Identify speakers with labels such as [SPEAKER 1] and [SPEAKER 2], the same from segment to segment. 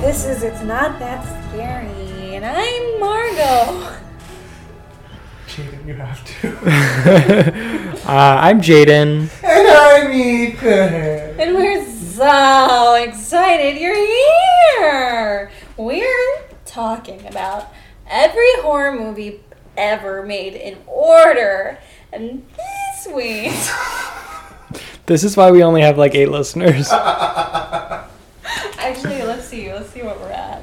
[SPEAKER 1] This is It's Not That Scary, and I'm Margot.
[SPEAKER 2] Jaden, you have to.
[SPEAKER 3] uh, I'm Jaden.
[SPEAKER 2] and I need the hand.
[SPEAKER 1] And we're so excited you're here! We're talking about every horror movie ever made in order. And this week,
[SPEAKER 3] This is why we only have like eight listeners. Yeah,
[SPEAKER 1] actually, let's see, let's see what we're at.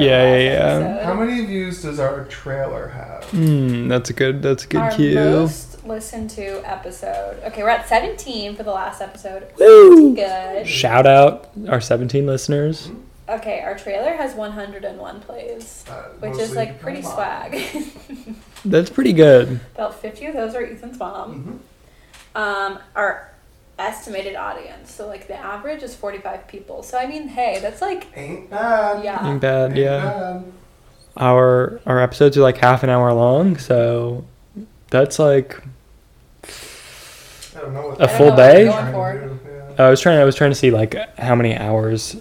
[SPEAKER 3] yeah, yeah.
[SPEAKER 1] So,
[SPEAKER 2] How many views does our trailer have?
[SPEAKER 3] Mm, that's a good. That's a good
[SPEAKER 1] our
[SPEAKER 3] cue.
[SPEAKER 1] most listened to episode. Okay, we're at 17 for the last episode.
[SPEAKER 3] Woo!
[SPEAKER 1] Good.
[SPEAKER 3] Shout out our 17 listeners.
[SPEAKER 1] Okay, our trailer has 101 plays,
[SPEAKER 2] Uh,
[SPEAKER 1] which is
[SPEAKER 2] mostly
[SPEAKER 1] like pretty
[SPEAKER 2] mine.
[SPEAKER 1] swag.
[SPEAKER 3] That's pretty good.
[SPEAKER 1] About 50 of those are Ethan's
[SPEAKER 2] Mm-hmm.
[SPEAKER 1] mom. Um, our estimated audience, so like the average is 45 people. So I mean, hey, that's like,
[SPEAKER 2] Ain't bad.
[SPEAKER 1] yeah.
[SPEAKER 3] Ain't bad,
[SPEAKER 2] Ain't
[SPEAKER 3] yeah.
[SPEAKER 2] bad.
[SPEAKER 3] Our our episodes are like half an hour long, so that's like.
[SPEAKER 2] I don't know what
[SPEAKER 3] A
[SPEAKER 2] they're
[SPEAKER 3] full
[SPEAKER 1] I don't know what
[SPEAKER 3] day?
[SPEAKER 1] we're
[SPEAKER 2] trying
[SPEAKER 1] going for.
[SPEAKER 2] to do, yeah.
[SPEAKER 3] I was trying. I was trying to see like how many hours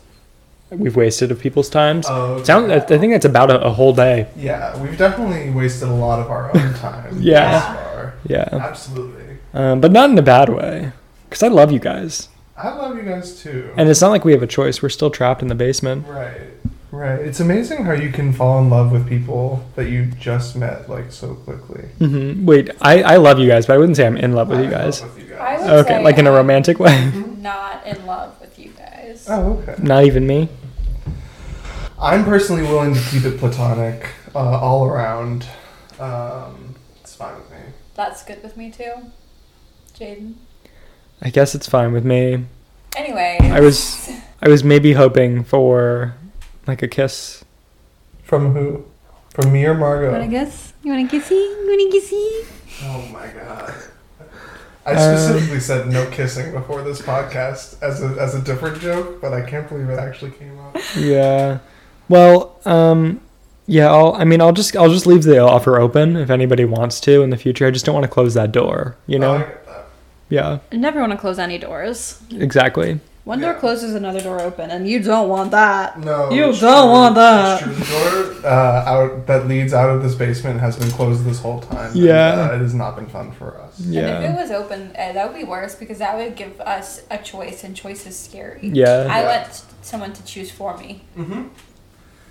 [SPEAKER 3] we've wasted of people's times.
[SPEAKER 2] Oh, okay.
[SPEAKER 3] Sound. I think that's about a, a whole day.
[SPEAKER 2] Yeah, we've definitely wasted a lot of our own time.
[SPEAKER 3] Yeah.
[SPEAKER 2] Thus far.
[SPEAKER 3] Yeah,
[SPEAKER 2] Absolutely.
[SPEAKER 3] um, but not in a bad way, because I love you guys,
[SPEAKER 2] I love you guys too.
[SPEAKER 3] and it's not like we have a choice. We're still trapped in the basement.
[SPEAKER 2] Right. Right. It's amazing how you can fall in love with people that you just met like so quickly.
[SPEAKER 3] hmm Wait, I, I love you guys, but I wouldn't say I'm in love with you
[SPEAKER 2] I'm in
[SPEAKER 3] guys.
[SPEAKER 2] love with you
[SPEAKER 1] I
[SPEAKER 2] guys.
[SPEAKER 1] would
[SPEAKER 3] Okay,
[SPEAKER 1] say
[SPEAKER 3] like in a
[SPEAKER 1] I'm
[SPEAKER 3] romantic way.
[SPEAKER 1] Not in love with you guys.
[SPEAKER 2] Oh, okay.
[SPEAKER 3] Not even me.
[SPEAKER 2] I'm personally willing to keep it platonic uh, all around. Um, it's fine with me.
[SPEAKER 1] That's good with me too, Jaden.
[SPEAKER 3] I guess it's fine with me.
[SPEAKER 1] Anyway,
[SPEAKER 3] I was I was maybe hoping for like a kiss.
[SPEAKER 2] From who? From me or Margot?
[SPEAKER 1] guess? You wanna kissy? You wanna kissy?
[SPEAKER 2] Oh my god. I specifically said no kissing before this podcast as a, as a different joke, but I can't believe it actually came up.
[SPEAKER 3] Yeah. Well, um yeah, I'll I mean I'll just I'll just leave the offer open if anybody wants to in the future. I just don't want to close that door, you
[SPEAKER 2] Oh, I
[SPEAKER 3] know?
[SPEAKER 2] get that.
[SPEAKER 3] Yeah.
[SPEAKER 1] I never wanna close any doors.
[SPEAKER 3] Exactly.
[SPEAKER 1] One
[SPEAKER 2] Yeah.
[SPEAKER 1] door closes, another door open, and you don't want that.
[SPEAKER 2] No,
[SPEAKER 1] You
[SPEAKER 2] it's
[SPEAKER 1] don't
[SPEAKER 2] true.
[SPEAKER 1] want that.
[SPEAKER 2] It's true. The door uh, out that leads out of this basement has been closed this whole time. and,
[SPEAKER 3] Yeah.
[SPEAKER 2] uh, it has not been fun for us.
[SPEAKER 1] And if it
[SPEAKER 3] Yeah.
[SPEAKER 1] was open, uh, that would be worse because that would give us a choice, and choice is scary.
[SPEAKER 3] Yeah.
[SPEAKER 1] I
[SPEAKER 2] Yeah.
[SPEAKER 1] want someone to choose for me.
[SPEAKER 2] Mm-hmm.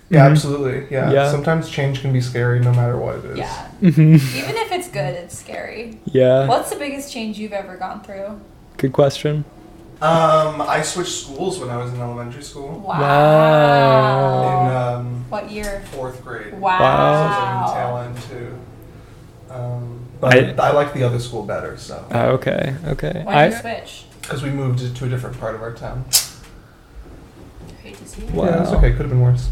[SPEAKER 2] Yeah,
[SPEAKER 3] Mhm.
[SPEAKER 2] absolutely. Yeah.
[SPEAKER 3] Yeah.
[SPEAKER 2] Sometimes change can be scary, no matter what it is.
[SPEAKER 1] Yeah.
[SPEAKER 3] Mhm.
[SPEAKER 1] Even if it's good, it's scary.
[SPEAKER 3] Yeah.
[SPEAKER 1] What's the biggest change you've ever gone through?
[SPEAKER 3] Good question.
[SPEAKER 2] Um, I switched schools when I was in elementary school
[SPEAKER 1] Wow.
[SPEAKER 2] in
[SPEAKER 3] Wow.
[SPEAKER 2] um,
[SPEAKER 1] What year?
[SPEAKER 2] fourth grade. So it was like the tail
[SPEAKER 1] Wow.
[SPEAKER 2] end too. Um, but I, like the other school better, so
[SPEAKER 3] Ah, okay. Okay.
[SPEAKER 1] Why did you
[SPEAKER 3] I
[SPEAKER 1] switch?
[SPEAKER 2] because we moved to a different part of our town.
[SPEAKER 1] Hate to see
[SPEAKER 3] Wow.
[SPEAKER 1] it.
[SPEAKER 2] Yeah, it's okay. Could have been worse.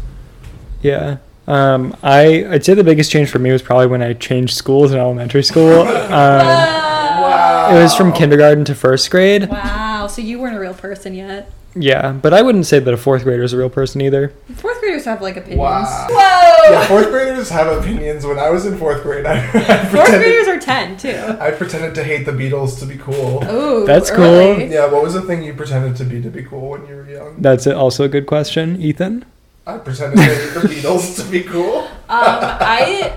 [SPEAKER 3] Yeah. Um, I I'd say the biggest change for me was probably when I changed schools in elementary school. Um,
[SPEAKER 1] Uh, Wow.
[SPEAKER 3] it was from kindergarten to first grade.
[SPEAKER 1] Wow. So you weren't a real person yet.
[SPEAKER 3] Yeah, but I wouldn't say that a fourth grader is a real person either.
[SPEAKER 1] Fourth graders have like opinions.
[SPEAKER 2] Wow.
[SPEAKER 1] Whoa.
[SPEAKER 2] Yeah, fourth graders have opinions. When I was in fourth grade, I, I
[SPEAKER 1] Fourth
[SPEAKER 2] pretended
[SPEAKER 1] graders are ten too.
[SPEAKER 2] I pretended to hate the Beatles to be cool.
[SPEAKER 1] Ooh. Um,
[SPEAKER 3] That's cool.
[SPEAKER 1] early.
[SPEAKER 2] Yeah, what was the thing you pretended to be to be cool when you were young?
[SPEAKER 3] That's also a good question, Ethan.
[SPEAKER 2] I pretended to hate the Beatles to be cool.
[SPEAKER 1] Um, I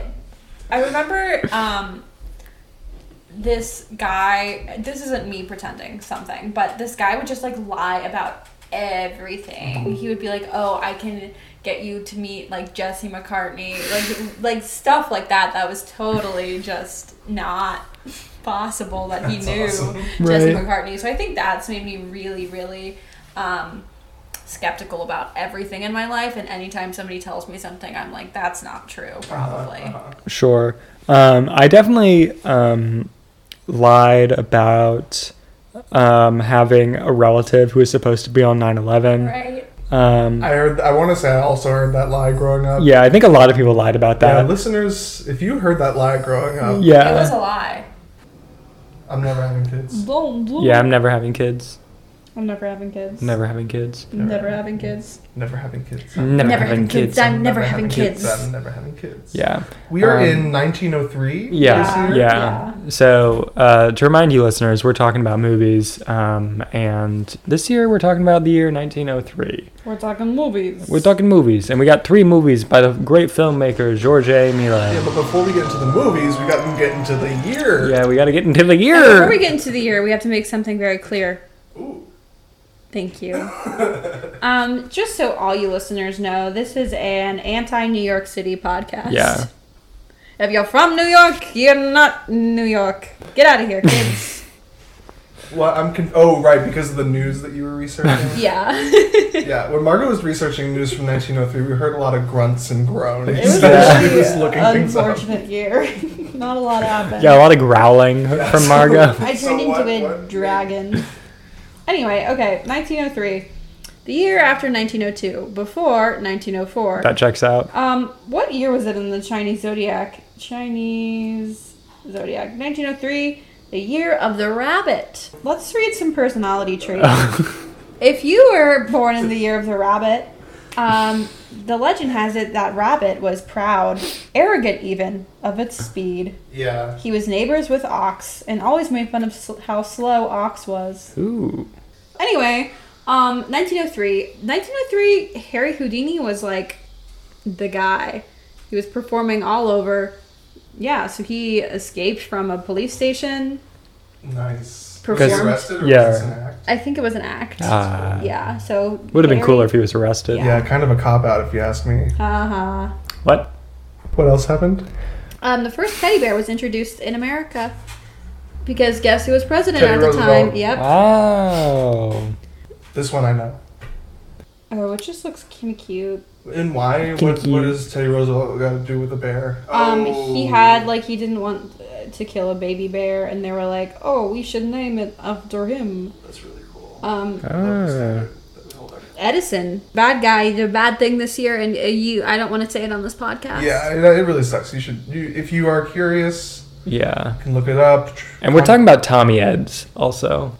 [SPEAKER 1] I remember um, this guy. This isn't me pretending something, but this guy would just like lie about
[SPEAKER 3] Mm-hmm.
[SPEAKER 1] everything. He would be like, "Oh, I can get you to meet like Jesse McCartney, like like stuff like that." That was totally just not possible that he
[SPEAKER 2] That's
[SPEAKER 1] knew
[SPEAKER 2] awesome.
[SPEAKER 1] Jesse
[SPEAKER 3] Right.
[SPEAKER 1] McCartney. So I think that's made me really, really. Um, skeptical about everything in my life and anytime somebody tells me something i'm like that's not true probably
[SPEAKER 2] Uh-huh.
[SPEAKER 3] Sure. Um, I definitely um, lied about um, having a relative who was supposed to be on 9/11.
[SPEAKER 1] right
[SPEAKER 3] Um,
[SPEAKER 2] I heard. I want to say I also heard that lie growing up.
[SPEAKER 3] yeah, I think a lot of people lied about
[SPEAKER 2] Yeah,
[SPEAKER 3] that.
[SPEAKER 2] listeners, if you heard that lie growing up,
[SPEAKER 1] it was
[SPEAKER 3] Yeah.
[SPEAKER 1] a lie
[SPEAKER 2] I'm never having kids.
[SPEAKER 3] Yeah, I'm never having kids.
[SPEAKER 1] I'm never having kids.
[SPEAKER 3] Never having kids.
[SPEAKER 1] Never, having kids.
[SPEAKER 2] Never having kids.
[SPEAKER 3] Never, having, kids.
[SPEAKER 1] I'm never having kids.
[SPEAKER 2] I'm never having kids.
[SPEAKER 3] Yeah.
[SPEAKER 2] We are
[SPEAKER 3] Um,
[SPEAKER 2] in 1903.
[SPEAKER 3] Yeah,
[SPEAKER 2] this
[SPEAKER 3] yeah.
[SPEAKER 2] year.
[SPEAKER 3] So, uh, to remind you, listeners, we're talking about movies, um, and this year we're talking about the year 1903.
[SPEAKER 1] We're talking movies.
[SPEAKER 3] We're talking movies, and we got three movies by the great filmmaker George A.
[SPEAKER 2] Yeah,
[SPEAKER 3] Miller.
[SPEAKER 2] but before we get into the movies, we got to get into the year.
[SPEAKER 3] Yeah, we got to get into the
[SPEAKER 1] And Before we
[SPEAKER 3] year.
[SPEAKER 1] get into the year, we have to make something very clear.
[SPEAKER 2] Ooh.
[SPEAKER 1] Thank you. um, just so all you listeners know, this is an anti-New York City podcast.
[SPEAKER 3] Yeah.
[SPEAKER 1] If you're from New York, you're not New York. Get out of here, kids.
[SPEAKER 2] Well, I'm con- oh right because of the news that you were researching.
[SPEAKER 1] yeah.
[SPEAKER 2] yeah, when Margot was researching news from 1903, we heard a lot of grunts and groans.
[SPEAKER 1] It was
[SPEAKER 2] as
[SPEAKER 3] Yeah.
[SPEAKER 2] she
[SPEAKER 1] really
[SPEAKER 2] was looking things up.
[SPEAKER 1] unfortunate year. not a lot happened.
[SPEAKER 3] Yeah, a lot of growling from Margot.
[SPEAKER 1] I
[SPEAKER 2] So
[SPEAKER 1] turned
[SPEAKER 2] what-
[SPEAKER 1] into a
[SPEAKER 2] what-
[SPEAKER 1] dragon. Anyway, okay, 1903. The year after 1902, before 1904.
[SPEAKER 3] That checks out.
[SPEAKER 1] Um, what year was it in the Chinese zodiac? Chinese zodiac, 1903, the year of the rabbit. Let's read some personality traits. if you were born in the year of the rabbit, um, the legend has it that rabbit was proud, arrogant even, of its speed.
[SPEAKER 2] Yeah.
[SPEAKER 1] He was neighbors with ox and always made fun of sl- how slow ox was.
[SPEAKER 3] Ooh.
[SPEAKER 1] Anyway, um, 1903. 1903, Harry Houdini was like the guy. He was performing all over. Yeah, so he escaped from a police station.
[SPEAKER 2] Nice.
[SPEAKER 1] Because-
[SPEAKER 2] was he arrested or
[SPEAKER 3] yeah.
[SPEAKER 2] was this an act?
[SPEAKER 1] I think it was an act.
[SPEAKER 3] Ah.
[SPEAKER 1] yeah, so.
[SPEAKER 3] Would have been
[SPEAKER 1] Harry-
[SPEAKER 3] cooler if he was arrested.
[SPEAKER 1] Yeah.
[SPEAKER 2] Yeah, kind of a cop out if you ask me.
[SPEAKER 1] Uh-huh.
[SPEAKER 3] What?
[SPEAKER 2] What else happened?
[SPEAKER 1] Um, the first teddy bear was introduced in America. Because guess who was president
[SPEAKER 2] Teddy
[SPEAKER 1] at the
[SPEAKER 2] Roosevelt.
[SPEAKER 1] time? Yep.
[SPEAKER 3] Wow.
[SPEAKER 2] This one I know.
[SPEAKER 1] Oh, it just looks kind of cute.
[SPEAKER 2] And why?
[SPEAKER 3] Can
[SPEAKER 2] What,
[SPEAKER 3] you-
[SPEAKER 2] what does Teddy Roosevelt got to do with a bear?
[SPEAKER 1] Um, he
[SPEAKER 2] Oh.
[SPEAKER 1] had like he didn't want uh, to kill a baby bear, and they were like, "Oh, we should name it after him."
[SPEAKER 2] That's really cool.
[SPEAKER 1] Um,
[SPEAKER 3] Ah.
[SPEAKER 1] Edison, bad guy, did a bad thing this year, and uh, you, I don't want to say it on this podcast.
[SPEAKER 2] Yeah, it, it really sucks. You should, you, if you are curious,
[SPEAKER 3] Yeah.
[SPEAKER 2] you can look it up.
[SPEAKER 3] And we're talking about Tommy Eds also.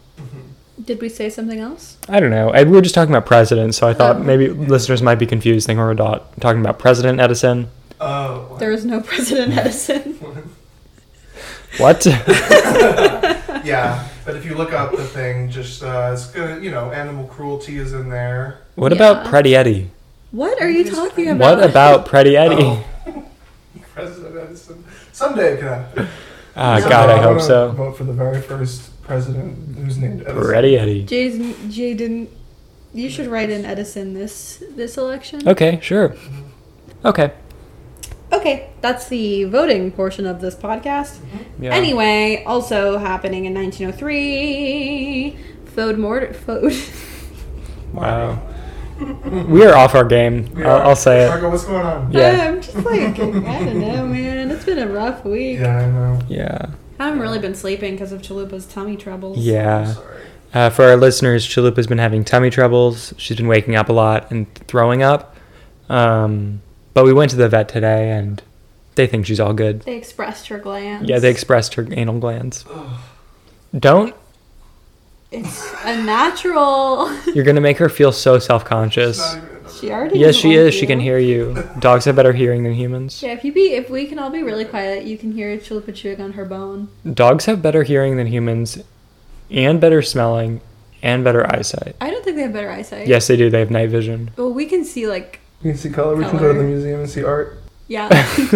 [SPEAKER 1] Did we say something else?
[SPEAKER 3] I don't know. I, we were just talking about presidents, so I thought
[SPEAKER 1] Oh.
[SPEAKER 3] maybe listeners might be confused thinking we were do- talking about President Edison.
[SPEAKER 2] Oh,
[SPEAKER 1] There was no President Edison.
[SPEAKER 3] What?
[SPEAKER 2] yeah. But if you look up the thing, just uh, it's gonna, you know, animal cruelty is in there.
[SPEAKER 3] what
[SPEAKER 1] Yeah.
[SPEAKER 3] about Pretty Eddie?
[SPEAKER 1] What are you talking about?
[SPEAKER 3] What about Pretty Eddie?
[SPEAKER 2] Oh. President Edison. Someday it can happen.
[SPEAKER 3] Ah,
[SPEAKER 1] No.
[SPEAKER 3] God, I
[SPEAKER 2] I'm
[SPEAKER 3] hope
[SPEAKER 2] gonna
[SPEAKER 3] so.
[SPEAKER 2] Vote for the very first president who's named Edison.
[SPEAKER 3] Pretty Eddie.
[SPEAKER 1] Jay's, Jay didn't. You should write in Edison this this election.
[SPEAKER 3] Okay, sure. Okay.
[SPEAKER 1] Okay, that's the voting portion of this podcast.
[SPEAKER 3] Yeah.
[SPEAKER 1] Anyway, also happening in 1903, Fode Mort Fode.
[SPEAKER 3] Wow. we are off our game.
[SPEAKER 2] We are-
[SPEAKER 3] I'll, I'll say it.
[SPEAKER 2] Marco, what's going on?
[SPEAKER 3] Yeah.
[SPEAKER 1] I'm just like I don't know, man. It's been a rough week.
[SPEAKER 2] Yeah, I know.
[SPEAKER 3] Yeah.
[SPEAKER 1] I haven't really been sleeping because of Chalupa's tummy troubles.
[SPEAKER 3] Yeah.
[SPEAKER 2] Sorry.
[SPEAKER 3] Uh, for our listeners, Chalupa's been having tummy troubles. She's been waking up a lot and throwing up. Um, but we went to the vet today, and they think she's all good.
[SPEAKER 1] They expressed her glands.
[SPEAKER 3] Yeah, they expressed her anal glands. Don't.
[SPEAKER 1] it's a natural.
[SPEAKER 3] You're gonna make her feel so self-conscious.
[SPEAKER 2] Not even another-
[SPEAKER 1] she already.
[SPEAKER 3] Yes, she
[SPEAKER 1] doesn't
[SPEAKER 3] is.
[SPEAKER 1] like
[SPEAKER 3] She can
[SPEAKER 1] you.
[SPEAKER 3] hear you. Dogs have better hearing than humans.
[SPEAKER 1] Yeah, if you be, if we can all be really quiet, you can hear Chalupa chewing on her bone.
[SPEAKER 3] Dogs have better hearing than humans, and better smelling, and better eyesight.
[SPEAKER 1] I don't think they have better eyesight.
[SPEAKER 3] Yes, they do. They have night vision.
[SPEAKER 1] Well, we can see like.
[SPEAKER 2] You can see color. We can go
[SPEAKER 1] Color.
[SPEAKER 2] to the museum and see art.
[SPEAKER 1] Yeah.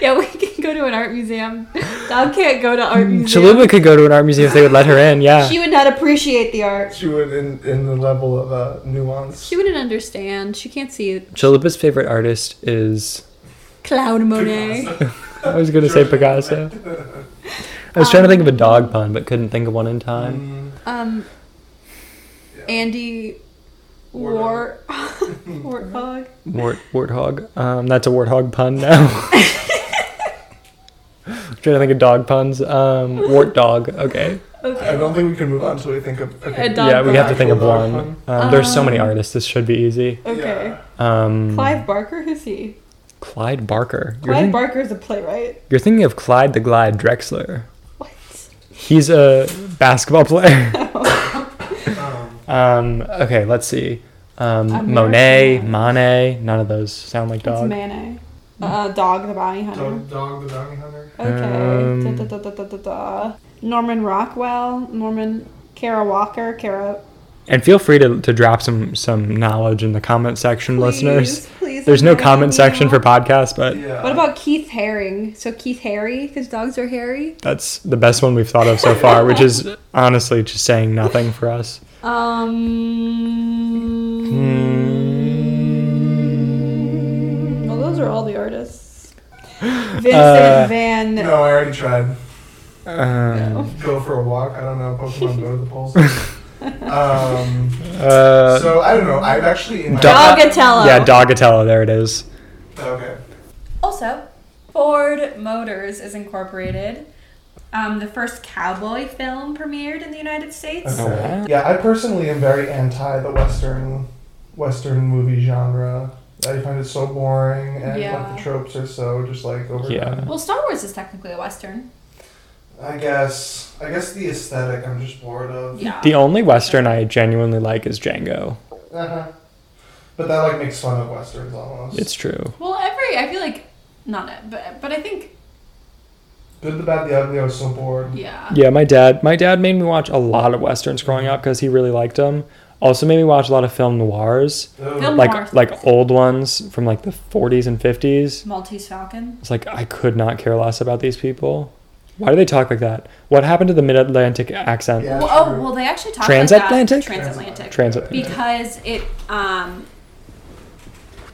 [SPEAKER 1] yeah, we can go to an art museum. Dog can't go to art museum.
[SPEAKER 3] Mm, Chalupa could go to an art museum if they would let her in. Yeah.
[SPEAKER 1] She would not appreciate the art.
[SPEAKER 2] She would in in the level of uh, nuance.
[SPEAKER 1] She wouldn't understand. She can't see it.
[SPEAKER 3] Chalupa's favorite artist is.
[SPEAKER 1] Cloud Monet.
[SPEAKER 3] I was gonna say Picasso. I was trying to think of a dog pun, but couldn't think of one in time.
[SPEAKER 2] Mm,
[SPEAKER 1] Um,
[SPEAKER 2] yeah.
[SPEAKER 1] Andy War Warthog.
[SPEAKER 3] Wart warthog. Um, that's a warthog pun now. trying to think of dog puns. Um, wart dog.
[SPEAKER 2] Mm,
[SPEAKER 3] Okay.
[SPEAKER 2] I
[SPEAKER 1] Okay.
[SPEAKER 2] don't think we can move on until we think of.
[SPEAKER 1] A
[SPEAKER 2] Okay.
[SPEAKER 1] dog
[SPEAKER 3] yeah, we have to
[SPEAKER 2] pun.
[SPEAKER 3] think of
[SPEAKER 2] Actual dog
[SPEAKER 3] one. Um, there's so many artists. This should be easy.
[SPEAKER 1] Okay.
[SPEAKER 2] Yeah.
[SPEAKER 3] Um,
[SPEAKER 1] Clive Barker, who's he?
[SPEAKER 3] Clyde Barker. You're,
[SPEAKER 1] Clive
[SPEAKER 3] think-
[SPEAKER 1] Barker is a playwright.
[SPEAKER 3] you're thinking of Clyde the Glide Drexler.
[SPEAKER 1] What?
[SPEAKER 3] He's a basketball player. Um, okay, let's see. Um,
[SPEAKER 4] American
[SPEAKER 3] Monet, Monet, none of those sound like
[SPEAKER 4] It's
[SPEAKER 3] dog.
[SPEAKER 4] Mayonnaise. Uh, dog the bounty hunter.
[SPEAKER 2] Dog, dog the bounty hunter.
[SPEAKER 4] Okay.
[SPEAKER 3] Um,
[SPEAKER 4] Da, da, da, da, da, da, da. Norman Rockwell, Norman Kara Walker, Kara.
[SPEAKER 3] And feel free to, to drop some some knowledge in the comment section, listeners.
[SPEAKER 4] Please, please
[SPEAKER 3] There's no
[SPEAKER 4] let me
[SPEAKER 3] comment section
[SPEAKER 4] know.
[SPEAKER 3] for podcasts, but
[SPEAKER 2] Yeah.
[SPEAKER 4] What about Keith Haring? So Keith Harry, because dogs are hairy.
[SPEAKER 3] that's the best one we've thought of so far, which is honestly just saying nothing for us.
[SPEAKER 4] Um.
[SPEAKER 3] Hmm.
[SPEAKER 4] Well, Oh, those are all the artists. Vincent
[SPEAKER 3] Uh,
[SPEAKER 4] Van.
[SPEAKER 2] No, I already tried.
[SPEAKER 3] Um,
[SPEAKER 2] Go for a walk. I don't know. Pokemon go to the polls. um,
[SPEAKER 3] uh,
[SPEAKER 2] so I don't know. I've actually in my-
[SPEAKER 3] Dog-
[SPEAKER 4] Dogatella.
[SPEAKER 3] yeah, Dogatella, there it is.
[SPEAKER 2] Okay.
[SPEAKER 1] Also, Ford Motors is incorporated. Um, the first cowboy film premiered in the United States.
[SPEAKER 3] Oh, wow.
[SPEAKER 2] Yeah, I personally am very anti the Western Western movie genre. I find it so boring, and like
[SPEAKER 1] Yeah.
[SPEAKER 2] the tropes are so just like overdone.
[SPEAKER 3] Yeah.
[SPEAKER 1] Well, Star Wars is technically a western.
[SPEAKER 2] I guess I guess the aesthetic I'm just bored of.
[SPEAKER 1] Yeah.
[SPEAKER 3] The only Western I genuinely like is Django.
[SPEAKER 2] Uh-huh. But that like makes fun of westerns almost.
[SPEAKER 3] It's true.
[SPEAKER 1] well, every I feel like not it, but but I think
[SPEAKER 2] Good, the bad, the ugly. I was so bored.
[SPEAKER 1] yeah.
[SPEAKER 3] Yeah, my dad. My dad made me watch a lot of westerns growing up because he really liked them. Also made me watch a lot of film noirs,
[SPEAKER 2] Ugh.
[SPEAKER 1] Film-
[SPEAKER 3] like
[SPEAKER 1] Noir.
[SPEAKER 3] like old ones from like the 40s and 50s.
[SPEAKER 1] Maltese Falcon.
[SPEAKER 3] It's like I could not care less about these people. Why do they talk like that? What happened to the mid-Atlantic accent?
[SPEAKER 2] Yeah,
[SPEAKER 1] Well, oh
[SPEAKER 2] true.
[SPEAKER 1] well, they actually talk
[SPEAKER 3] Transatlantic?
[SPEAKER 1] Like that. Transatlantic.
[SPEAKER 3] Transatlantic.
[SPEAKER 1] because it um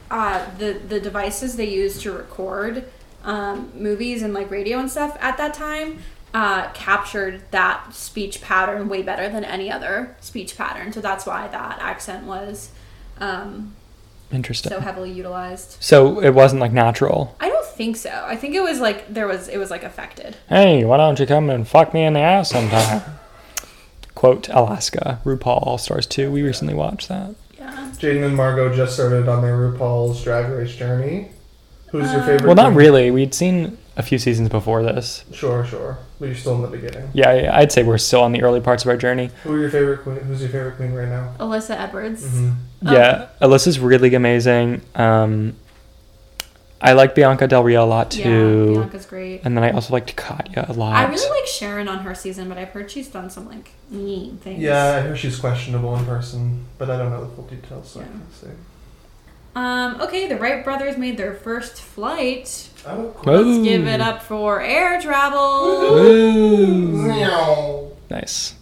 [SPEAKER 1] uh the the devices they used to record um, movies and like radio and stuff at that time uh, captured that speech pattern way better than any other speech pattern so that's why that accent was um,
[SPEAKER 3] Interesting.
[SPEAKER 1] so
[SPEAKER 3] So,
[SPEAKER 1] heavily utilized
[SPEAKER 3] it wasn't like natural.
[SPEAKER 1] i don't think so i think it was like there was it was like affected
[SPEAKER 3] Hey, why don't you come and fuck me in the ass sometime? Quote Alaska. RuPaul All Stars 2. We recently watched that.
[SPEAKER 1] yeah
[SPEAKER 2] Jaden and Margot just started on their RuPaul's Drag Race journey. Who's
[SPEAKER 1] Uh,
[SPEAKER 2] your favorite?
[SPEAKER 3] Well, not
[SPEAKER 2] drag-
[SPEAKER 3] really. We'd seen a few seasons before this.
[SPEAKER 2] Sure, sure. But you're still in the beginning.
[SPEAKER 3] Yeah, yeah, I'd say we're still on the early parts of our journey.
[SPEAKER 2] Who are your favorite queen? Who's your favorite queen right now?
[SPEAKER 1] alyssa edwards
[SPEAKER 2] Mm-hmm.
[SPEAKER 1] Oh.
[SPEAKER 3] Yeah, Alyssa's really amazing. Um, I like Bianca Del Rio a lot
[SPEAKER 1] yeah
[SPEAKER 3] too.
[SPEAKER 1] bianca's great
[SPEAKER 3] And then I also liked Katya a lot.
[SPEAKER 1] I really like Sharon on her season, but I've heard she's done some like mean things.
[SPEAKER 2] Yeah, I hear she's questionable in person, but I don't know the full details, so I
[SPEAKER 1] Yeah.
[SPEAKER 2] can't say.
[SPEAKER 1] Um. Okay, the Wright brothers made their first flight.
[SPEAKER 2] Oh,
[SPEAKER 3] Whoa.
[SPEAKER 1] Let's give it up for air travel.
[SPEAKER 3] Woo. Nice.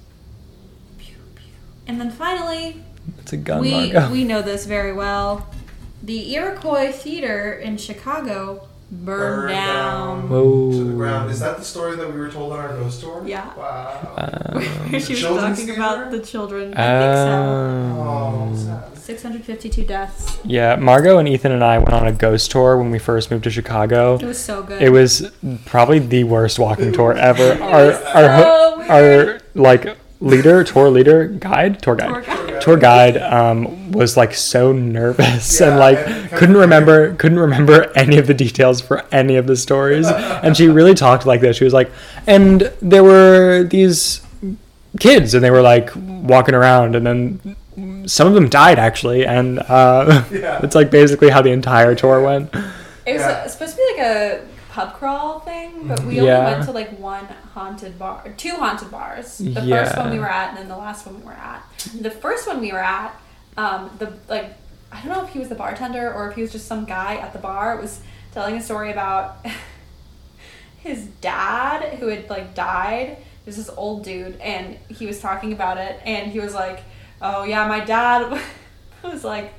[SPEAKER 1] And then finally,
[SPEAKER 3] It's a gun,
[SPEAKER 1] we
[SPEAKER 3] Margo.
[SPEAKER 1] we know this very well. The Iroquois Theater in Chicago burned, down.
[SPEAKER 3] Whoa.
[SPEAKER 2] To the ground. Is that the story that we were told on our ghost tour?
[SPEAKER 1] Yeah.
[SPEAKER 2] Wow.
[SPEAKER 3] Uh,
[SPEAKER 1] Where she was
[SPEAKER 2] Children's
[SPEAKER 1] talking
[SPEAKER 2] theater?
[SPEAKER 1] about the children. I think
[SPEAKER 3] Um,
[SPEAKER 2] oh, sad.
[SPEAKER 1] so. 652 deaths.
[SPEAKER 3] yeah, Margo and Ethan and I went on a ghost tour when we first moved to Chicago.
[SPEAKER 1] It was so good.
[SPEAKER 3] It was probably the worst walking tour ever. Our our
[SPEAKER 1] so
[SPEAKER 3] ho- our like leader, tour leader, guide, tour guide.
[SPEAKER 1] Poor guy.
[SPEAKER 3] Tour guide um, was like so nervous
[SPEAKER 2] Yeah,
[SPEAKER 3] and like
[SPEAKER 2] and kind of
[SPEAKER 3] couldn't remember couldn't remember any of the details for any of the stories, and she really talked like this. She was like, and there were these kids, and they were like walking around, and then some of them died actually, and uh,
[SPEAKER 2] Yeah.
[SPEAKER 3] it's like basically how the entire tour went.
[SPEAKER 1] It was
[SPEAKER 2] Yeah.
[SPEAKER 1] uh, supposed to be like a pub crawl thing, but we
[SPEAKER 3] Yeah.
[SPEAKER 1] only went to like one haunted bar, or two haunted bars. The first
[SPEAKER 3] Yeah.
[SPEAKER 1] one we were at, and then the last one we were at. The first one we were at, um, the like, I don't know if he was the bartender or if he was just some guy at the bar was telling a story about his dad who had like died. There's this old dude, and he was talking about it, and he was like, "Oh yeah, my dad was like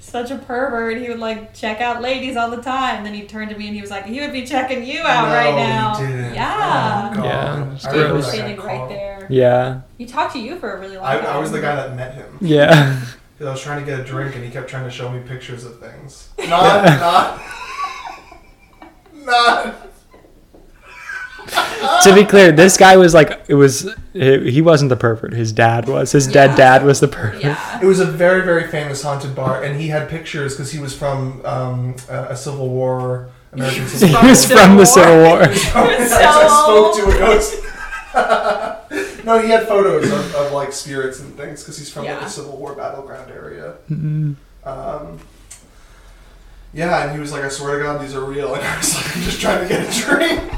[SPEAKER 1] such a pervert. He would like check out ladies all the time." Then he turned to me and he was like, "He would be checking you out
[SPEAKER 2] No,
[SPEAKER 1] right
[SPEAKER 2] he
[SPEAKER 1] now."
[SPEAKER 2] didn't.
[SPEAKER 1] Yeah.
[SPEAKER 2] Oh, God.
[SPEAKER 3] Yeah.
[SPEAKER 2] I
[SPEAKER 3] It's
[SPEAKER 2] remember
[SPEAKER 1] I was
[SPEAKER 3] gross.
[SPEAKER 2] that
[SPEAKER 1] standing right
[SPEAKER 2] call.
[SPEAKER 1] there.
[SPEAKER 3] Yeah,
[SPEAKER 1] He talked to you for a really long
[SPEAKER 2] I,
[SPEAKER 1] time.
[SPEAKER 2] I was the guy that met him.
[SPEAKER 3] yeah.
[SPEAKER 2] 'Cause I was trying to get a drink and he kept trying to show me pictures of things. Not, not, not.
[SPEAKER 3] to be clear, this guy was like, it was, he he wasn't the pervert. His dad was. His dead dad was the pervert.
[SPEAKER 1] Yeah.
[SPEAKER 2] It was a very, very famous haunted bar, and he had pictures because he was from um, a, a Civil War American Civil
[SPEAKER 3] He
[SPEAKER 2] War.
[SPEAKER 1] From
[SPEAKER 3] was
[SPEAKER 1] the
[SPEAKER 3] from the
[SPEAKER 1] Civil
[SPEAKER 3] Civil War.
[SPEAKER 2] I, I spoke to a ghost. No, he had photos of, of like spirits and things because he's from like
[SPEAKER 1] Yeah.
[SPEAKER 2] a Civil War battleground area.
[SPEAKER 3] Mm.
[SPEAKER 2] Um, yeah, and he was like, "I swear to God, these are real," and I was like, "I'm just trying to get a drink."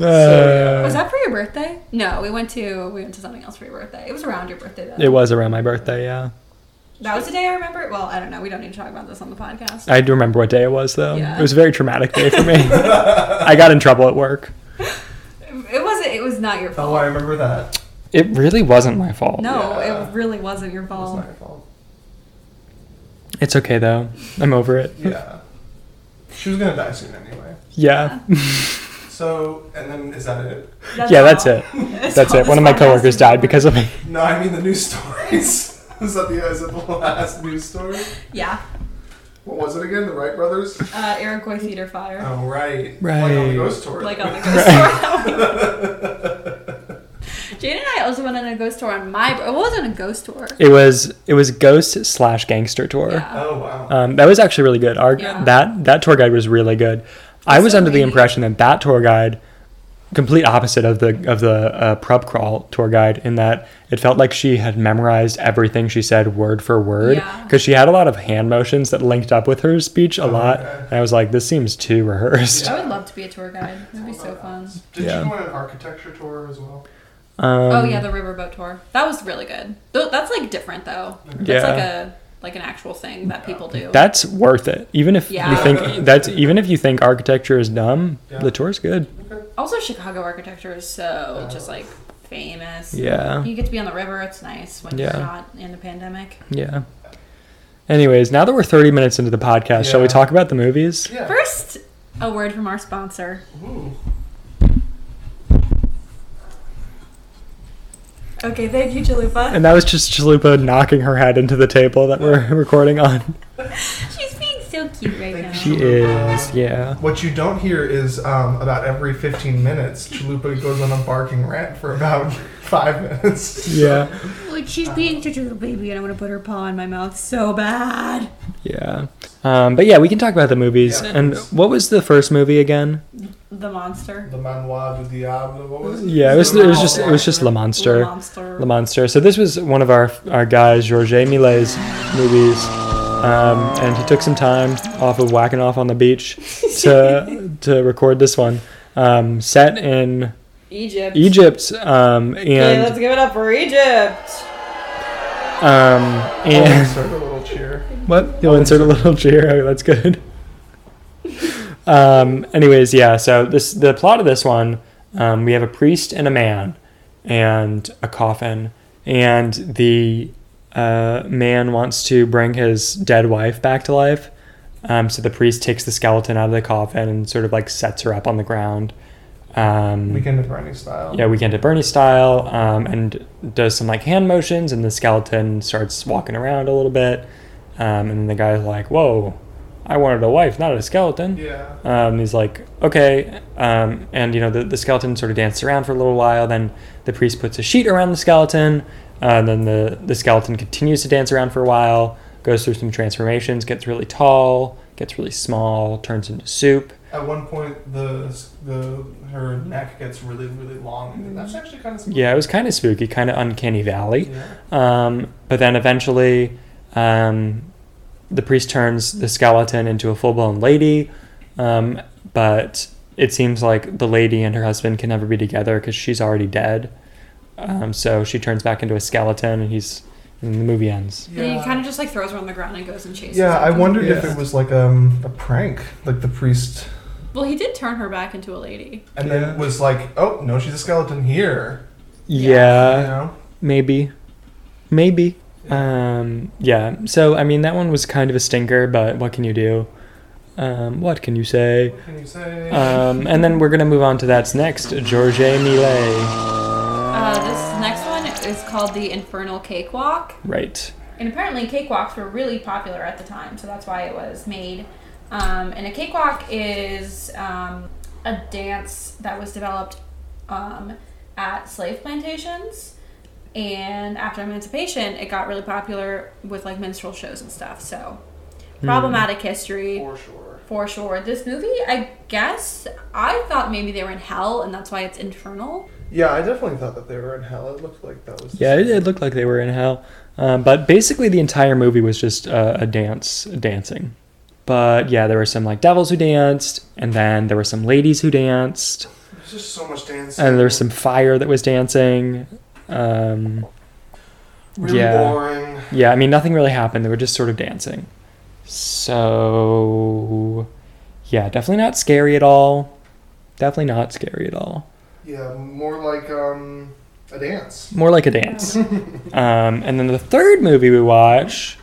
[SPEAKER 3] Uh,
[SPEAKER 1] Was that for your birthday? No, we went to we went to something else for your birthday. It was around your birthday though.
[SPEAKER 3] it was around my birthday, yeah.
[SPEAKER 1] That was the day I remember. it? Well, I don't know. We don't need to talk about this on the podcast.
[SPEAKER 3] I do remember what day it was, though.
[SPEAKER 1] Yeah.
[SPEAKER 3] It was a very traumatic day for me. I got in trouble at work.
[SPEAKER 1] It wasn't. It was not your
[SPEAKER 2] Oh,
[SPEAKER 1] fault.
[SPEAKER 2] I remember that.
[SPEAKER 3] It really wasn't my fault.
[SPEAKER 1] no,
[SPEAKER 2] Yeah.
[SPEAKER 1] it really wasn't your
[SPEAKER 2] It was
[SPEAKER 1] fault.
[SPEAKER 2] my fault.
[SPEAKER 3] It's okay, though. I'm over it.
[SPEAKER 2] Yeah, she was gonna die soon anyway.
[SPEAKER 3] Yeah.
[SPEAKER 2] So, and then is that it?
[SPEAKER 3] Yeah, that's it.
[SPEAKER 1] That's,
[SPEAKER 3] That's
[SPEAKER 1] all
[SPEAKER 3] it. One of
[SPEAKER 1] this
[SPEAKER 3] my
[SPEAKER 1] podcast
[SPEAKER 3] coworkers
[SPEAKER 1] is
[SPEAKER 3] died
[SPEAKER 1] about.
[SPEAKER 3] because of me.
[SPEAKER 2] No, I mean the news stories. is that the is that the last news story?
[SPEAKER 1] Yeah,
[SPEAKER 2] What was it again? The Wright brothers.
[SPEAKER 1] uh, Iroquois theater fire.
[SPEAKER 2] Oh right, Like on the
[SPEAKER 3] Right.
[SPEAKER 2] ghost tour.
[SPEAKER 1] Like on the ghost tour. Jane and I also went on a ghost tour on my. It wasn't a ghost tour.
[SPEAKER 3] It was it was ghost slash gangster tour.
[SPEAKER 1] Yeah.
[SPEAKER 2] oh wow.
[SPEAKER 3] Um, that was actually really good. Our
[SPEAKER 1] Yeah.
[SPEAKER 3] that that tour guide was really good. I
[SPEAKER 1] That's
[SPEAKER 3] was
[SPEAKER 1] so
[SPEAKER 3] under the
[SPEAKER 1] neat.
[SPEAKER 3] impression that that tour guide, complete opposite of the of the uh, prep crawl tour guide, in that it felt like she had memorized everything she said word for word
[SPEAKER 1] Yeah.
[SPEAKER 3] because she had a lot of hand motions that linked up with her speech a lot.
[SPEAKER 2] okay.
[SPEAKER 3] And I was like, this seems too rehearsed.
[SPEAKER 1] I would love to be a tour guide. It would be so fun.
[SPEAKER 2] Did
[SPEAKER 3] Yeah.
[SPEAKER 2] you go on an architecture tour as well?
[SPEAKER 3] Um,
[SPEAKER 1] oh yeah, the riverboat tour. That was really good. Tho- That's like different though. That's
[SPEAKER 3] Yeah.
[SPEAKER 1] like a like an actual thing that people do.
[SPEAKER 3] That's worth it. Even if
[SPEAKER 1] Yeah.
[SPEAKER 3] you think that's even if you think architecture is dumb,
[SPEAKER 2] Yeah.
[SPEAKER 3] the tour's good.
[SPEAKER 1] also, Chicago architecture is so just like famous.
[SPEAKER 3] Yeah.
[SPEAKER 1] You get to be on the river. It's nice when
[SPEAKER 3] Yeah.
[SPEAKER 1] you're not in the pandemic.
[SPEAKER 3] Yeah. Anyways, now that we're 30 minutes into the podcast, shall we
[SPEAKER 2] Yeah.
[SPEAKER 3] talk about the movies?
[SPEAKER 2] Yeah.
[SPEAKER 1] First, a word from our sponsor.
[SPEAKER 2] Ooh.
[SPEAKER 1] Okay, thank you, Chalupa.
[SPEAKER 3] And that was just Chalupa knocking her head into the table that we're recording on.
[SPEAKER 1] She's being so cute right now.
[SPEAKER 3] She is, yeah.
[SPEAKER 2] What you don't hear is um, about every 15 minutes, Chalupa goes on a barking rant for about five minutes.
[SPEAKER 3] Yeah.
[SPEAKER 5] Like she's being such a little baby, and I want to put her paw in my mouth so bad.
[SPEAKER 3] Yeah. Um, but yeah, we can talk about the movies.
[SPEAKER 2] Yeah.
[SPEAKER 3] And what was the first movie again?
[SPEAKER 1] The monster.
[SPEAKER 2] The Manoir du Diable, what was it?
[SPEAKER 3] Yeah, it was
[SPEAKER 2] The
[SPEAKER 3] it was
[SPEAKER 2] Manoir
[SPEAKER 3] just
[SPEAKER 2] du
[SPEAKER 3] it was just La
[SPEAKER 1] The
[SPEAKER 3] Monster.
[SPEAKER 1] monster.
[SPEAKER 3] La Monster. So this was one of our our guys, Georges Millet's movies, um, and he took some time off of whacking off on the beach to to record this one. Um, set in
[SPEAKER 5] Egypt.
[SPEAKER 3] Egypt, um,
[SPEAKER 5] Okay, let's
[SPEAKER 3] and
[SPEAKER 5] give it up for Egypt.
[SPEAKER 3] um,
[SPEAKER 2] Diable. Oh,
[SPEAKER 3] and
[SPEAKER 2] insert a little cheer.
[SPEAKER 3] what? You'll insert a little cheer. Oh, that's good. Um, anyways, yeah. So this the plot of this one. Um, we have a priest and a man, and a coffin, and the uh, man wants to bring his dead wife back to life. Um, so the priest takes the skeleton out of the coffin and sort of like sets her up on the ground. Um,
[SPEAKER 2] Weekend at Bernie style.
[SPEAKER 3] yeah, Weekend at Bernie style, um, and does some like hand motions, and the skeleton starts walking around a little bit, um, and the guy's like, "Whoa, I wanted a wife, not a skeleton."
[SPEAKER 2] Yeah.
[SPEAKER 3] Um, he's like, "Okay," um, and you know the, the skeleton sort of dances around for a little while. Then the priest puts a sheet around the skeleton, uh, then the the skeleton continues to dance around for a while, goes through some transformations, gets really tall, gets really small, turns into soup.
[SPEAKER 2] At one point, the the her neck gets really, really long. And that's actually kind of spooky.
[SPEAKER 3] Yeah, it was kind of spooky, kind of uncanny valley.
[SPEAKER 2] Yeah.
[SPEAKER 3] Um, but then eventually, um, the priest turns the skeleton into a full blown lady. Um, but it seems like the lady and her husband can never be together because she's already dead. Um, so she turns back into a skeleton, and he's and the movie ends.
[SPEAKER 1] And he kind of just like throws her on the ground and goes and chases.
[SPEAKER 2] Yeah,
[SPEAKER 1] her.
[SPEAKER 2] I wondered if
[SPEAKER 3] Yeah.
[SPEAKER 2] it was like um, a prank, like the priest,
[SPEAKER 1] Well, he did turn her back into a lady.
[SPEAKER 2] and then was like, oh no, she's a skeleton here.
[SPEAKER 3] Yeah,
[SPEAKER 2] you know?
[SPEAKER 3] maybe, maybe. Um, yeah. So I mean, that one was kind of a stinker, but what can you do? Um, what can you say?
[SPEAKER 2] What can you say?
[SPEAKER 3] Um, and then we're gonna move on to that's next, Georges Millet.
[SPEAKER 1] Uh, this next one is called the Infernal Cakewalk.
[SPEAKER 3] Right.
[SPEAKER 1] And apparently, cakewalks were really popular at the time, so that's why it was made. Um, and a cakewalk is um, a dance that was developed um, at slave plantations. And after emancipation, it got really popular with like minstrel shows and stuff. So, problematic history.
[SPEAKER 2] For sure.
[SPEAKER 6] for sure. This movie, I guess, I thought maybe they were in hell and that's why it's infernal.
[SPEAKER 2] Yeah, I definitely thought that they were in hell. It looked like that was. the
[SPEAKER 3] Yeah, it,
[SPEAKER 2] scene.
[SPEAKER 3] it looked like they were in hell. Um, but basically, the entire movie was just uh, a dance, dancing. But yeah, there were some like devils who danced, and then there were some ladies who danced,
[SPEAKER 2] There's just so much dancing.
[SPEAKER 3] and there was some fire that was dancing. Um,
[SPEAKER 2] really
[SPEAKER 3] yeah.
[SPEAKER 2] boring.
[SPEAKER 3] yeah, I mean, nothing really happened. They were just sort of dancing. So, yeah, definitely not scary at all. Definitely not scary at all.
[SPEAKER 2] Yeah, more like um a dance.
[SPEAKER 3] More like a dance. um, and then the third movie we watch,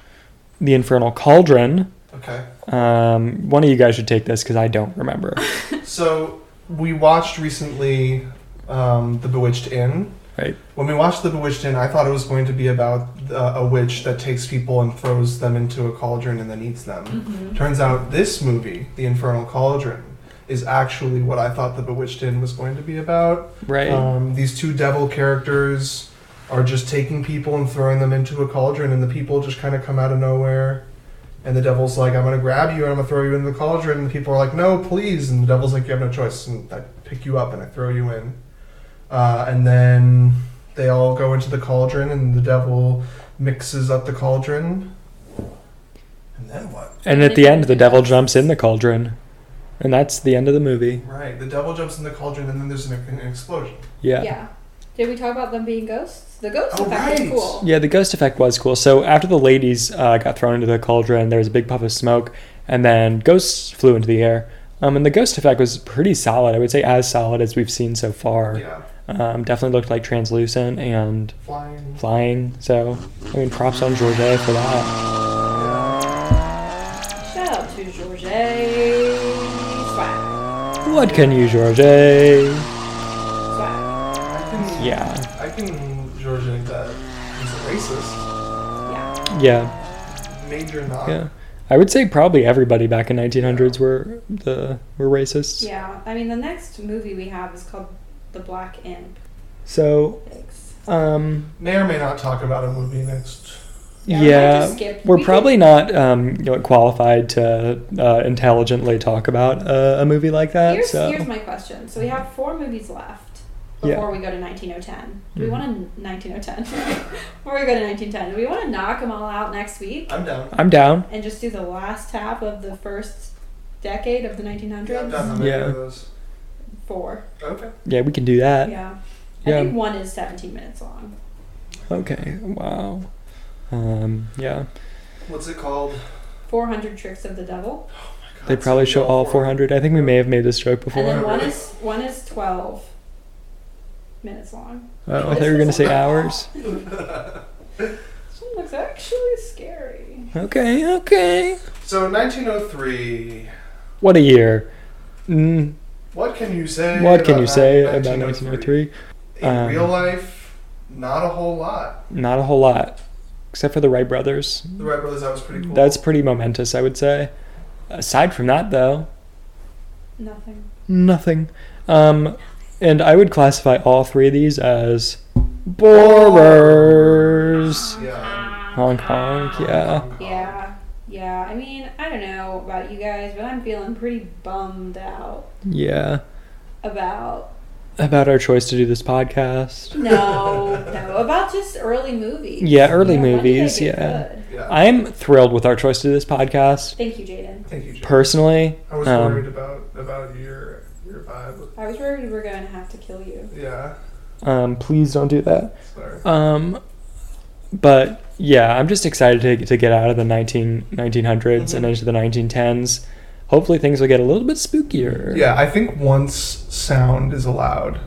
[SPEAKER 3] The Infernal Cauldron.
[SPEAKER 2] Okay.
[SPEAKER 3] Um, one of you guys should take this because I don't remember.
[SPEAKER 2] So we watched recently um, the Bewitched Inn.
[SPEAKER 3] Right.
[SPEAKER 2] When we watched the Bewitched Inn, I thought it was going to be about uh, a witch that takes people and throws them into a cauldron and then eats them.
[SPEAKER 1] Mm-hmm.
[SPEAKER 2] Turns out this movie, The Infernal Cauldron, is actually what I thought the Bewitched Inn was going to be about.
[SPEAKER 3] Right.
[SPEAKER 2] Um, these two devil characters are just taking people and throwing them into a cauldron, and the people just kind of come out of nowhere. And the devil's like, I'm going to grab you and I'm going to throw you into the cauldron. And the people are like, no, please. And the devil's like, you have no choice. And I pick you up and I throw you in. Uh, and then they all go into the cauldron, and the devil mixes up the cauldron. And then what?
[SPEAKER 3] and at the end, the devil jumps in the cauldron, and that's the end of the movie.
[SPEAKER 2] Right. The devil jumps in the cauldron, and then there's an, an explosion.
[SPEAKER 3] Yeah. yeah.
[SPEAKER 1] Yeah. Did we talk about them being ghosts? The ghost
[SPEAKER 2] Oh,
[SPEAKER 1] effect
[SPEAKER 2] right.
[SPEAKER 1] is cool.
[SPEAKER 3] the ghost effect was cool. So after the ladies uh, got thrown into the cauldron, there was a big puff of smoke, and then ghosts flew into the air. Um, and the ghost effect was pretty solid. I would say as solid as we've seen so far.
[SPEAKER 2] Yeah.
[SPEAKER 3] Um, definitely looked like translucent and
[SPEAKER 2] Flying.
[SPEAKER 3] flying. So, I mean, props on Georgia for that.
[SPEAKER 1] Shout out to George Swag.
[SPEAKER 3] What can you, Georgia?
[SPEAKER 1] Swag.
[SPEAKER 2] I can,
[SPEAKER 3] Yeah,
[SPEAKER 2] I can George think that he's a racist.
[SPEAKER 1] Yeah.
[SPEAKER 3] yeah,
[SPEAKER 2] Major not.
[SPEAKER 3] yeah. I would say probably everybody back in 1900s were the were racists.
[SPEAKER 1] Yeah. I mean, the next movie we have is called The Black Imp.
[SPEAKER 3] So,
[SPEAKER 1] Thanks.
[SPEAKER 3] um,
[SPEAKER 2] May or may not talk about a movie next.
[SPEAKER 1] Yeah,
[SPEAKER 3] yeah,
[SPEAKER 1] we might just skip.
[SPEAKER 3] we're
[SPEAKER 1] We
[SPEAKER 3] probably not um, you know, qualified to uh, intelligently talk about uh, a movie like that.
[SPEAKER 1] Here's,
[SPEAKER 3] so,
[SPEAKER 1] here's my question. So we have four movies left
[SPEAKER 3] Yeah.
[SPEAKER 1] before we go to 19010. Do we
[SPEAKER 3] Mhm.
[SPEAKER 1] want to 19010? before we go to 1910, do we want to knock them all out next week
[SPEAKER 2] I'm down.
[SPEAKER 3] I'm down.
[SPEAKER 1] and just do the last half of the first decade of the 1900s?
[SPEAKER 2] Yeah, I'm down on any
[SPEAKER 3] Yeah.
[SPEAKER 2] of those.
[SPEAKER 1] Four.
[SPEAKER 2] Okay.
[SPEAKER 3] Yeah, we can do that.
[SPEAKER 1] Yeah.
[SPEAKER 3] Yeah.
[SPEAKER 1] I think one is 17 minutes long.
[SPEAKER 3] Okay. Wow. Um, yeah,
[SPEAKER 2] What's it called?
[SPEAKER 1] 400 Tricks of the Devil.
[SPEAKER 2] Oh my God,
[SPEAKER 3] they
[SPEAKER 2] it's
[SPEAKER 3] probably
[SPEAKER 2] gonna be
[SPEAKER 3] show all 400. I think we may have made this joke before.
[SPEAKER 1] And then
[SPEAKER 2] 400.
[SPEAKER 1] one is one is 12 minutes long.
[SPEAKER 3] Oh, I thought you were gonna say hours.
[SPEAKER 1] This one looks actually scary.
[SPEAKER 3] Okay, okay.
[SPEAKER 2] So 1903.
[SPEAKER 3] What a year. Mm,
[SPEAKER 2] What can you say?
[SPEAKER 3] what can you
[SPEAKER 2] that
[SPEAKER 3] say about 1903?
[SPEAKER 2] In
[SPEAKER 3] Um,
[SPEAKER 2] real life, not a whole lot.
[SPEAKER 3] Not a whole lot, except for the Wright brothers.
[SPEAKER 2] The Wright brothers. That was pretty cool.
[SPEAKER 3] That's pretty momentous, I would say. Aside from that, though,
[SPEAKER 1] Nothing.
[SPEAKER 3] nothing. Um, and I would classify all three of these as borers.
[SPEAKER 2] yeah.
[SPEAKER 3] Honk honk, yeah.
[SPEAKER 1] Yeah. Yeah, I mean, I don't know about you guys, but I'm feeling pretty bummed out
[SPEAKER 3] Yeah.
[SPEAKER 1] about
[SPEAKER 3] About our choice to do this podcast.
[SPEAKER 1] no, no, about just early movies.
[SPEAKER 3] Yeah, early
[SPEAKER 1] You know, when did they
[SPEAKER 3] movies,
[SPEAKER 1] get
[SPEAKER 3] yeah.
[SPEAKER 1] good?
[SPEAKER 2] Yeah.
[SPEAKER 3] I'm thrilled with our choice to do this podcast.
[SPEAKER 1] Thank you, Jaden.
[SPEAKER 2] Thank you. Jim.
[SPEAKER 3] Personally,
[SPEAKER 2] I was
[SPEAKER 3] um,
[SPEAKER 2] worried about about your your vibe.
[SPEAKER 1] I was worried we were going to have to kill you.
[SPEAKER 2] Yeah.
[SPEAKER 3] um, please don't do that.
[SPEAKER 2] Sorry.
[SPEAKER 3] Um, but yeah, I'm just excited to, to get out of the 19, 1900s and
[SPEAKER 2] Mhm.
[SPEAKER 3] into the 1910s. Hopefully, things will get a little bit spookier.
[SPEAKER 2] Yeah, I think once sound is allowed,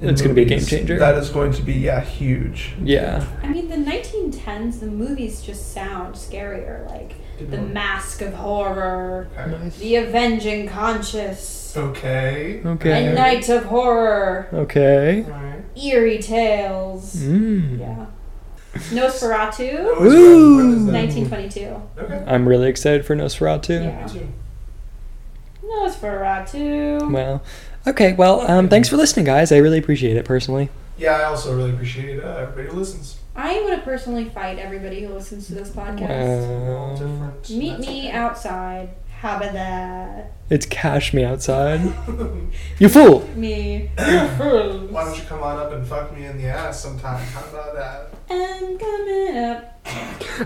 [SPEAKER 2] in
[SPEAKER 3] It's gonna be a
[SPEAKER 2] movies,
[SPEAKER 3] game changer.
[SPEAKER 2] That is going to be yeah huge.
[SPEAKER 3] Yeah.
[SPEAKER 1] I mean, the 1910s, the movies just sound scarier. Like The
[SPEAKER 2] Mm-hmm.
[SPEAKER 1] Mask of Horror,
[SPEAKER 2] Okay.
[SPEAKER 1] The Avenging Conscious,
[SPEAKER 2] Okay.
[SPEAKER 3] Okay.
[SPEAKER 1] A Night of Horror,
[SPEAKER 3] Okay.
[SPEAKER 2] Alright.
[SPEAKER 1] Eerie Tales.
[SPEAKER 3] Mm.
[SPEAKER 1] Yeah. Nosferatu,
[SPEAKER 2] What is that? What is
[SPEAKER 3] Ooh.
[SPEAKER 2] that?
[SPEAKER 1] 1922.
[SPEAKER 2] Okay.
[SPEAKER 3] I'm really excited for Nosferatu.
[SPEAKER 1] Yeah.
[SPEAKER 2] Me too.
[SPEAKER 1] Nosferatu.
[SPEAKER 3] Well, okay. Well, um, thanks for listening, guys. I really appreciate it personally.
[SPEAKER 2] Yeah, I also really appreciate uh, everybody who listens.
[SPEAKER 1] I want to personally fight everybody who listens to this podcast.
[SPEAKER 2] We're all
[SPEAKER 3] Wow.
[SPEAKER 2] different.
[SPEAKER 1] Meet
[SPEAKER 2] That's
[SPEAKER 1] me
[SPEAKER 2] okay.
[SPEAKER 1] outside. Habada.
[SPEAKER 3] It's cash me outside. You fool!
[SPEAKER 1] Me.
[SPEAKER 2] Why don't you come on up and fuck me in the ass sometime? How about that?
[SPEAKER 1] I'm coming up.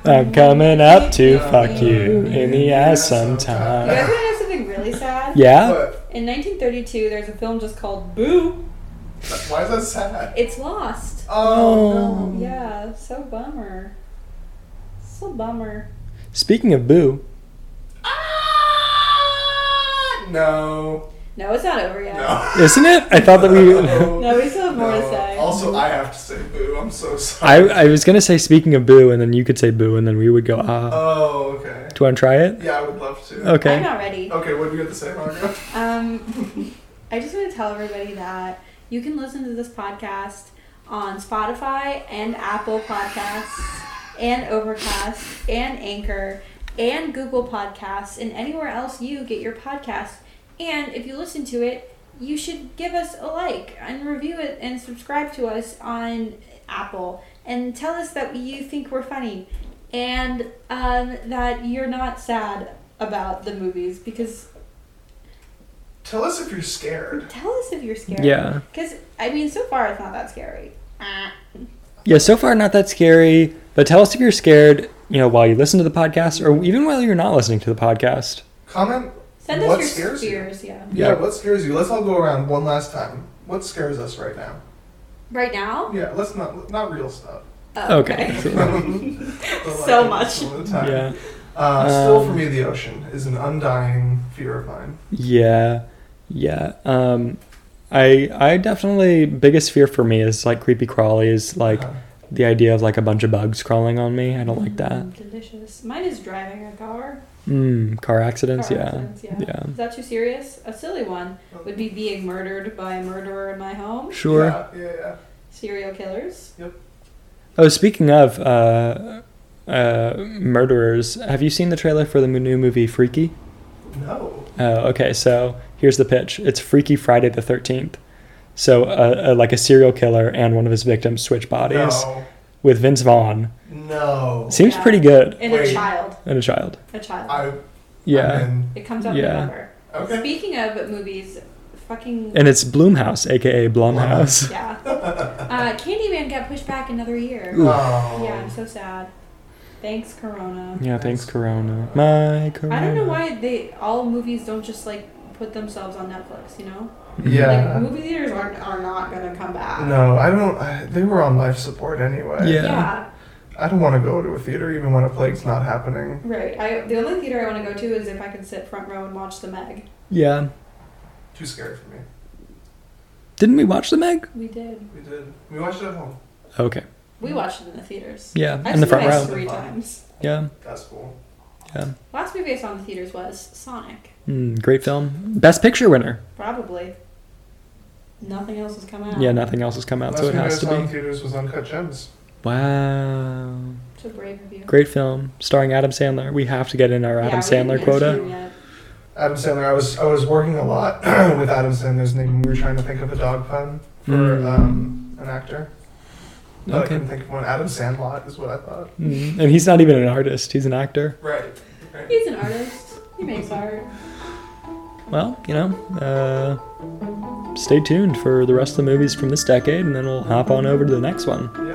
[SPEAKER 3] I'm coming up to fuck you in the ass sometime.
[SPEAKER 1] You guys want to know something really sad?
[SPEAKER 3] Yeah?
[SPEAKER 2] But
[SPEAKER 1] In 1932, there's a film just called Boo.
[SPEAKER 2] why is that sad?
[SPEAKER 1] It's lost.
[SPEAKER 2] Oh, no.
[SPEAKER 1] Yeah, so bummer. So bummer.
[SPEAKER 3] Speaking of boo,
[SPEAKER 2] Um, No.
[SPEAKER 1] No, it's not over yet.
[SPEAKER 2] No.
[SPEAKER 3] isn't it? I thought that we.
[SPEAKER 2] No.
[SPEAKER 1] No, we still have more to
[SPEAKER 2] No.
[SPEAKER 1] say.
[SPEAKER 2] Also, I have to say boo. I'm so sorry.
[SPEAKER 3] I, I was gonna say speaking of boo, and then you could say boo, and then we would go ah.
[SPEAKER 2] Oh, okay.
[SPEAKER 3] Do you want to try it?
[SPEAKER 2] Yeah, I would love to.
[SPEAKER 1] I'm
[SPEAKER 3] Okay.
[SPEAKER 1] not ready.
[SPEAKER 2] Okay, what do you have to say, Margo?
[SPEAKER 1] Um, I just want to tell everybody that you can listen to this podcast on Spotify and Apple Podcasts and Overcast and Anchor and Google Podcasts and anywhere else you get your podcast. And if you listen to it, you should give us a like and review it and subscribe to us on Apple and tell us that you think we're funny and um, that you're not sad about the movies because
[SPEAKER 2] Tell us if you're scared.
[SPEAKER 1] Tell us if you're scared.
[SPEAKER 3] Yeah.
[SPEAKER 1] Because, I mean, so far it's not that scary.
[SPEAKER 3] Yeah, so far not that scary, but tell us if you're scared, you know, while you listen to the podcast or even while you're not listening to the podcast.
[SPEAKER 2] Comment.
[SPEAKER 1] Send us
[SPEAKER 2] What
[SPEAKER 1] your
[SPEAKER 2] scares you?
[SPEAKER 1] fears, yeah.
[SPEAKER 2] Yeah,
[SPEAKER 3] Yeah.
[SPEAKER 2] what scares you? Let's all go around one last time. What scares us right now?
[SPEAKER 1] Right now?
[SPEAKER 2] Yeah, let's not not real stuff.
[SPEAKER 1] Oh,
[SPEAKER 3] Okay.
[SPEAKER 2] But, like,
[SPEAKER 1] So
[SPEAKER 2] it's
[SPEAKER 1] much.
[SPEAKER 2] all the time.
[SPEAKER 3] Yeah.
[SPEAKER 2] Uh, still, for
[SPEAKER 3] Um,
[SPEAKER 2] me, the ocean is an undying fear of mine.
[SPEAKER 3] Yeah. Yeah. Um I I definitely biggest fear for me is like creepy crawlies, like
[SPEAKER 2] Uh,
[SPEAKER 3] the idea of like a bunch of bugs crawling on me. I don't like that.
[SPEAKER 1] Mm, delicious. Mine is driving a car.
[SPEAKER 3] Mm, car accidents,
[SPEAKER 1] Car
[SPEAKER 3] yeah.
[SPEAKER 1] accidents, yeah.
[SPEAKER 3] Yeah.
[SPEAKER 1] Is that too serious? A silly one would be being murdered by a murderer in my home.
[SPEAKER 3] Sure.
[SPEAKER 2] Yeah, yeah, yeah.
[SPEAKER 1] Serial killers.
[SPEAKER 3] Oh, speaking of uh uh murderers, have you seen the trailer for the new movie Freaky?
[SPEAKER 2] No.
[SPEAKER 3] Oh, okay. So here's the pitch. It's Freaky Friday the 13th. So, uh, uh, like a serial killer and one of his victims switch bodies
[SPEAKER 2] No.
[SPEAKER 3] with Vince Vaughn.
[SPEAKER 2] No.
[SPEAKER 3] Seems
[SPEAKER 1] Yeah.
[SPEAKER 3] pretty good.
[SPEAKER 1] And
[SPEAKER 2] Wait.
[SPEAKER 1] a child.
[SPEAKER 3] And a child.
[SPEAKER 1] A child.
[SPEAKER 2] I.
[SPEAKER 3] Yeah.
[SPEAKER 2] I'm in.
[SPEAKER 1] it comes out
[SPEAKER 3] Yeah.
[SPEAKER 1] in November.
[SPEAKER 2] Okay.
[SPEAKER 1] Speaking of movies, fucking.
[SPEAKER 3] And it's Bloomhouse, aka Blumhouse.
[SPEAKER 1] yeah. Uh, Candyman got pushed back another year.
[SPEAKER 2] Oh.
[SPEAKER 1] Yeah, I'm so sad. Thanks, Corona.
[SPEAKER 3] Yeah, thanks, Corona. My Corona.
[SPEAKER 1] I don't know why they all movies don't just like put themselves on Netflix. You know, like
[SPEAKER 2] Yeah.
[SPEAKER 1] movie theaters are, are not gonna come back.
[SPEAKER 2] No, I don't. I, they were on life support anyway.
[SPEAKER 3] Yeah.
[SPEAKER 2] I don't want to go to a theater even when a plague's not happening.
[SPEAKER 1] right. I the only theater I want to go to is if I can sit front row and watch The Meg.
[SPEAKER 3] Yeah.
[SPEAKER 2] Too scary for me.
[SPEAKER 3] Didn't we watch The Meg?
[SPEAKER 1] We did.
[SPEAKER 2] We did. We watched it at home.
[SPEAKER 3] Okay.
[SPEAKER 1] We watched it in the theaters.
[SPEAKER 3] Yeah.
[SPEAKER 1] I've
[SPEAKER 3] in the
[SPEAKER 1] seen
[SPEAKER 3] front
[SPEAKER 1] Meg
[SPEAKER 3] row.
[SPEAKER 2] Nice.
[SPEAKER 1] three times.
[SPEAKER 3] Yeah.
[SPEAKER 2] That's cool.
[SPEAKER 1] Last movie I saw in the theaters was Sonic.
[SPEAKER 3] Mm, great film. Best picture winner.
[SPEAKER 1] Probably. Nothing else has come out.
[SPEAKER 3] Yeah, nothing else has come out,
[SPEAKER 2] Last
[SPEAKER 3] so it
[SPEAKER 2] movie I
[SPEAKER 3] has
[SPEAKER 2] saw in
[SPEAKER 3] to be.
[SPEAKER 2] theaters was Uncut Gems.
[SPEAKER 3] Wow.
[SPEAKER 1] It's a brave review.
[SPEAKER 3] Great film starring Adam Sandler. We have to get in our
[SPEAKER 1] Yeah,
[SPEAKER 3] Adam
[SPEAKER 1] we didn't
[SPEAKER 3] Sandler
[SPEAKER 1] get
[SPEAKER 3] quota.
[SPEAKER 1] you yet.
[SPEAKER 2] Adam Sandler. I was I was working a lot with Adam Sandler's name. We were trying to think of a dog pun for
[SPEAKER 3] Mm.
[SPEAKER 2] um, an actor. But I
[SPEAKER 3] Okay.
[SPEAKER 2] couldn't think of one. Adam Sandlot is what I thought.
[SPEAKER 3] Mm, And he's not even an artist, he's an actor.
[SPEAKER 2] Right. right.
[SPEAKER 1] He's an artist. He makes art.
[SPEAKER 3] Well, you know, uh, stay tuned for the rest of the movies from this decade, and then we'll hop on over to the next one.
[SPEAKER 1] Ah!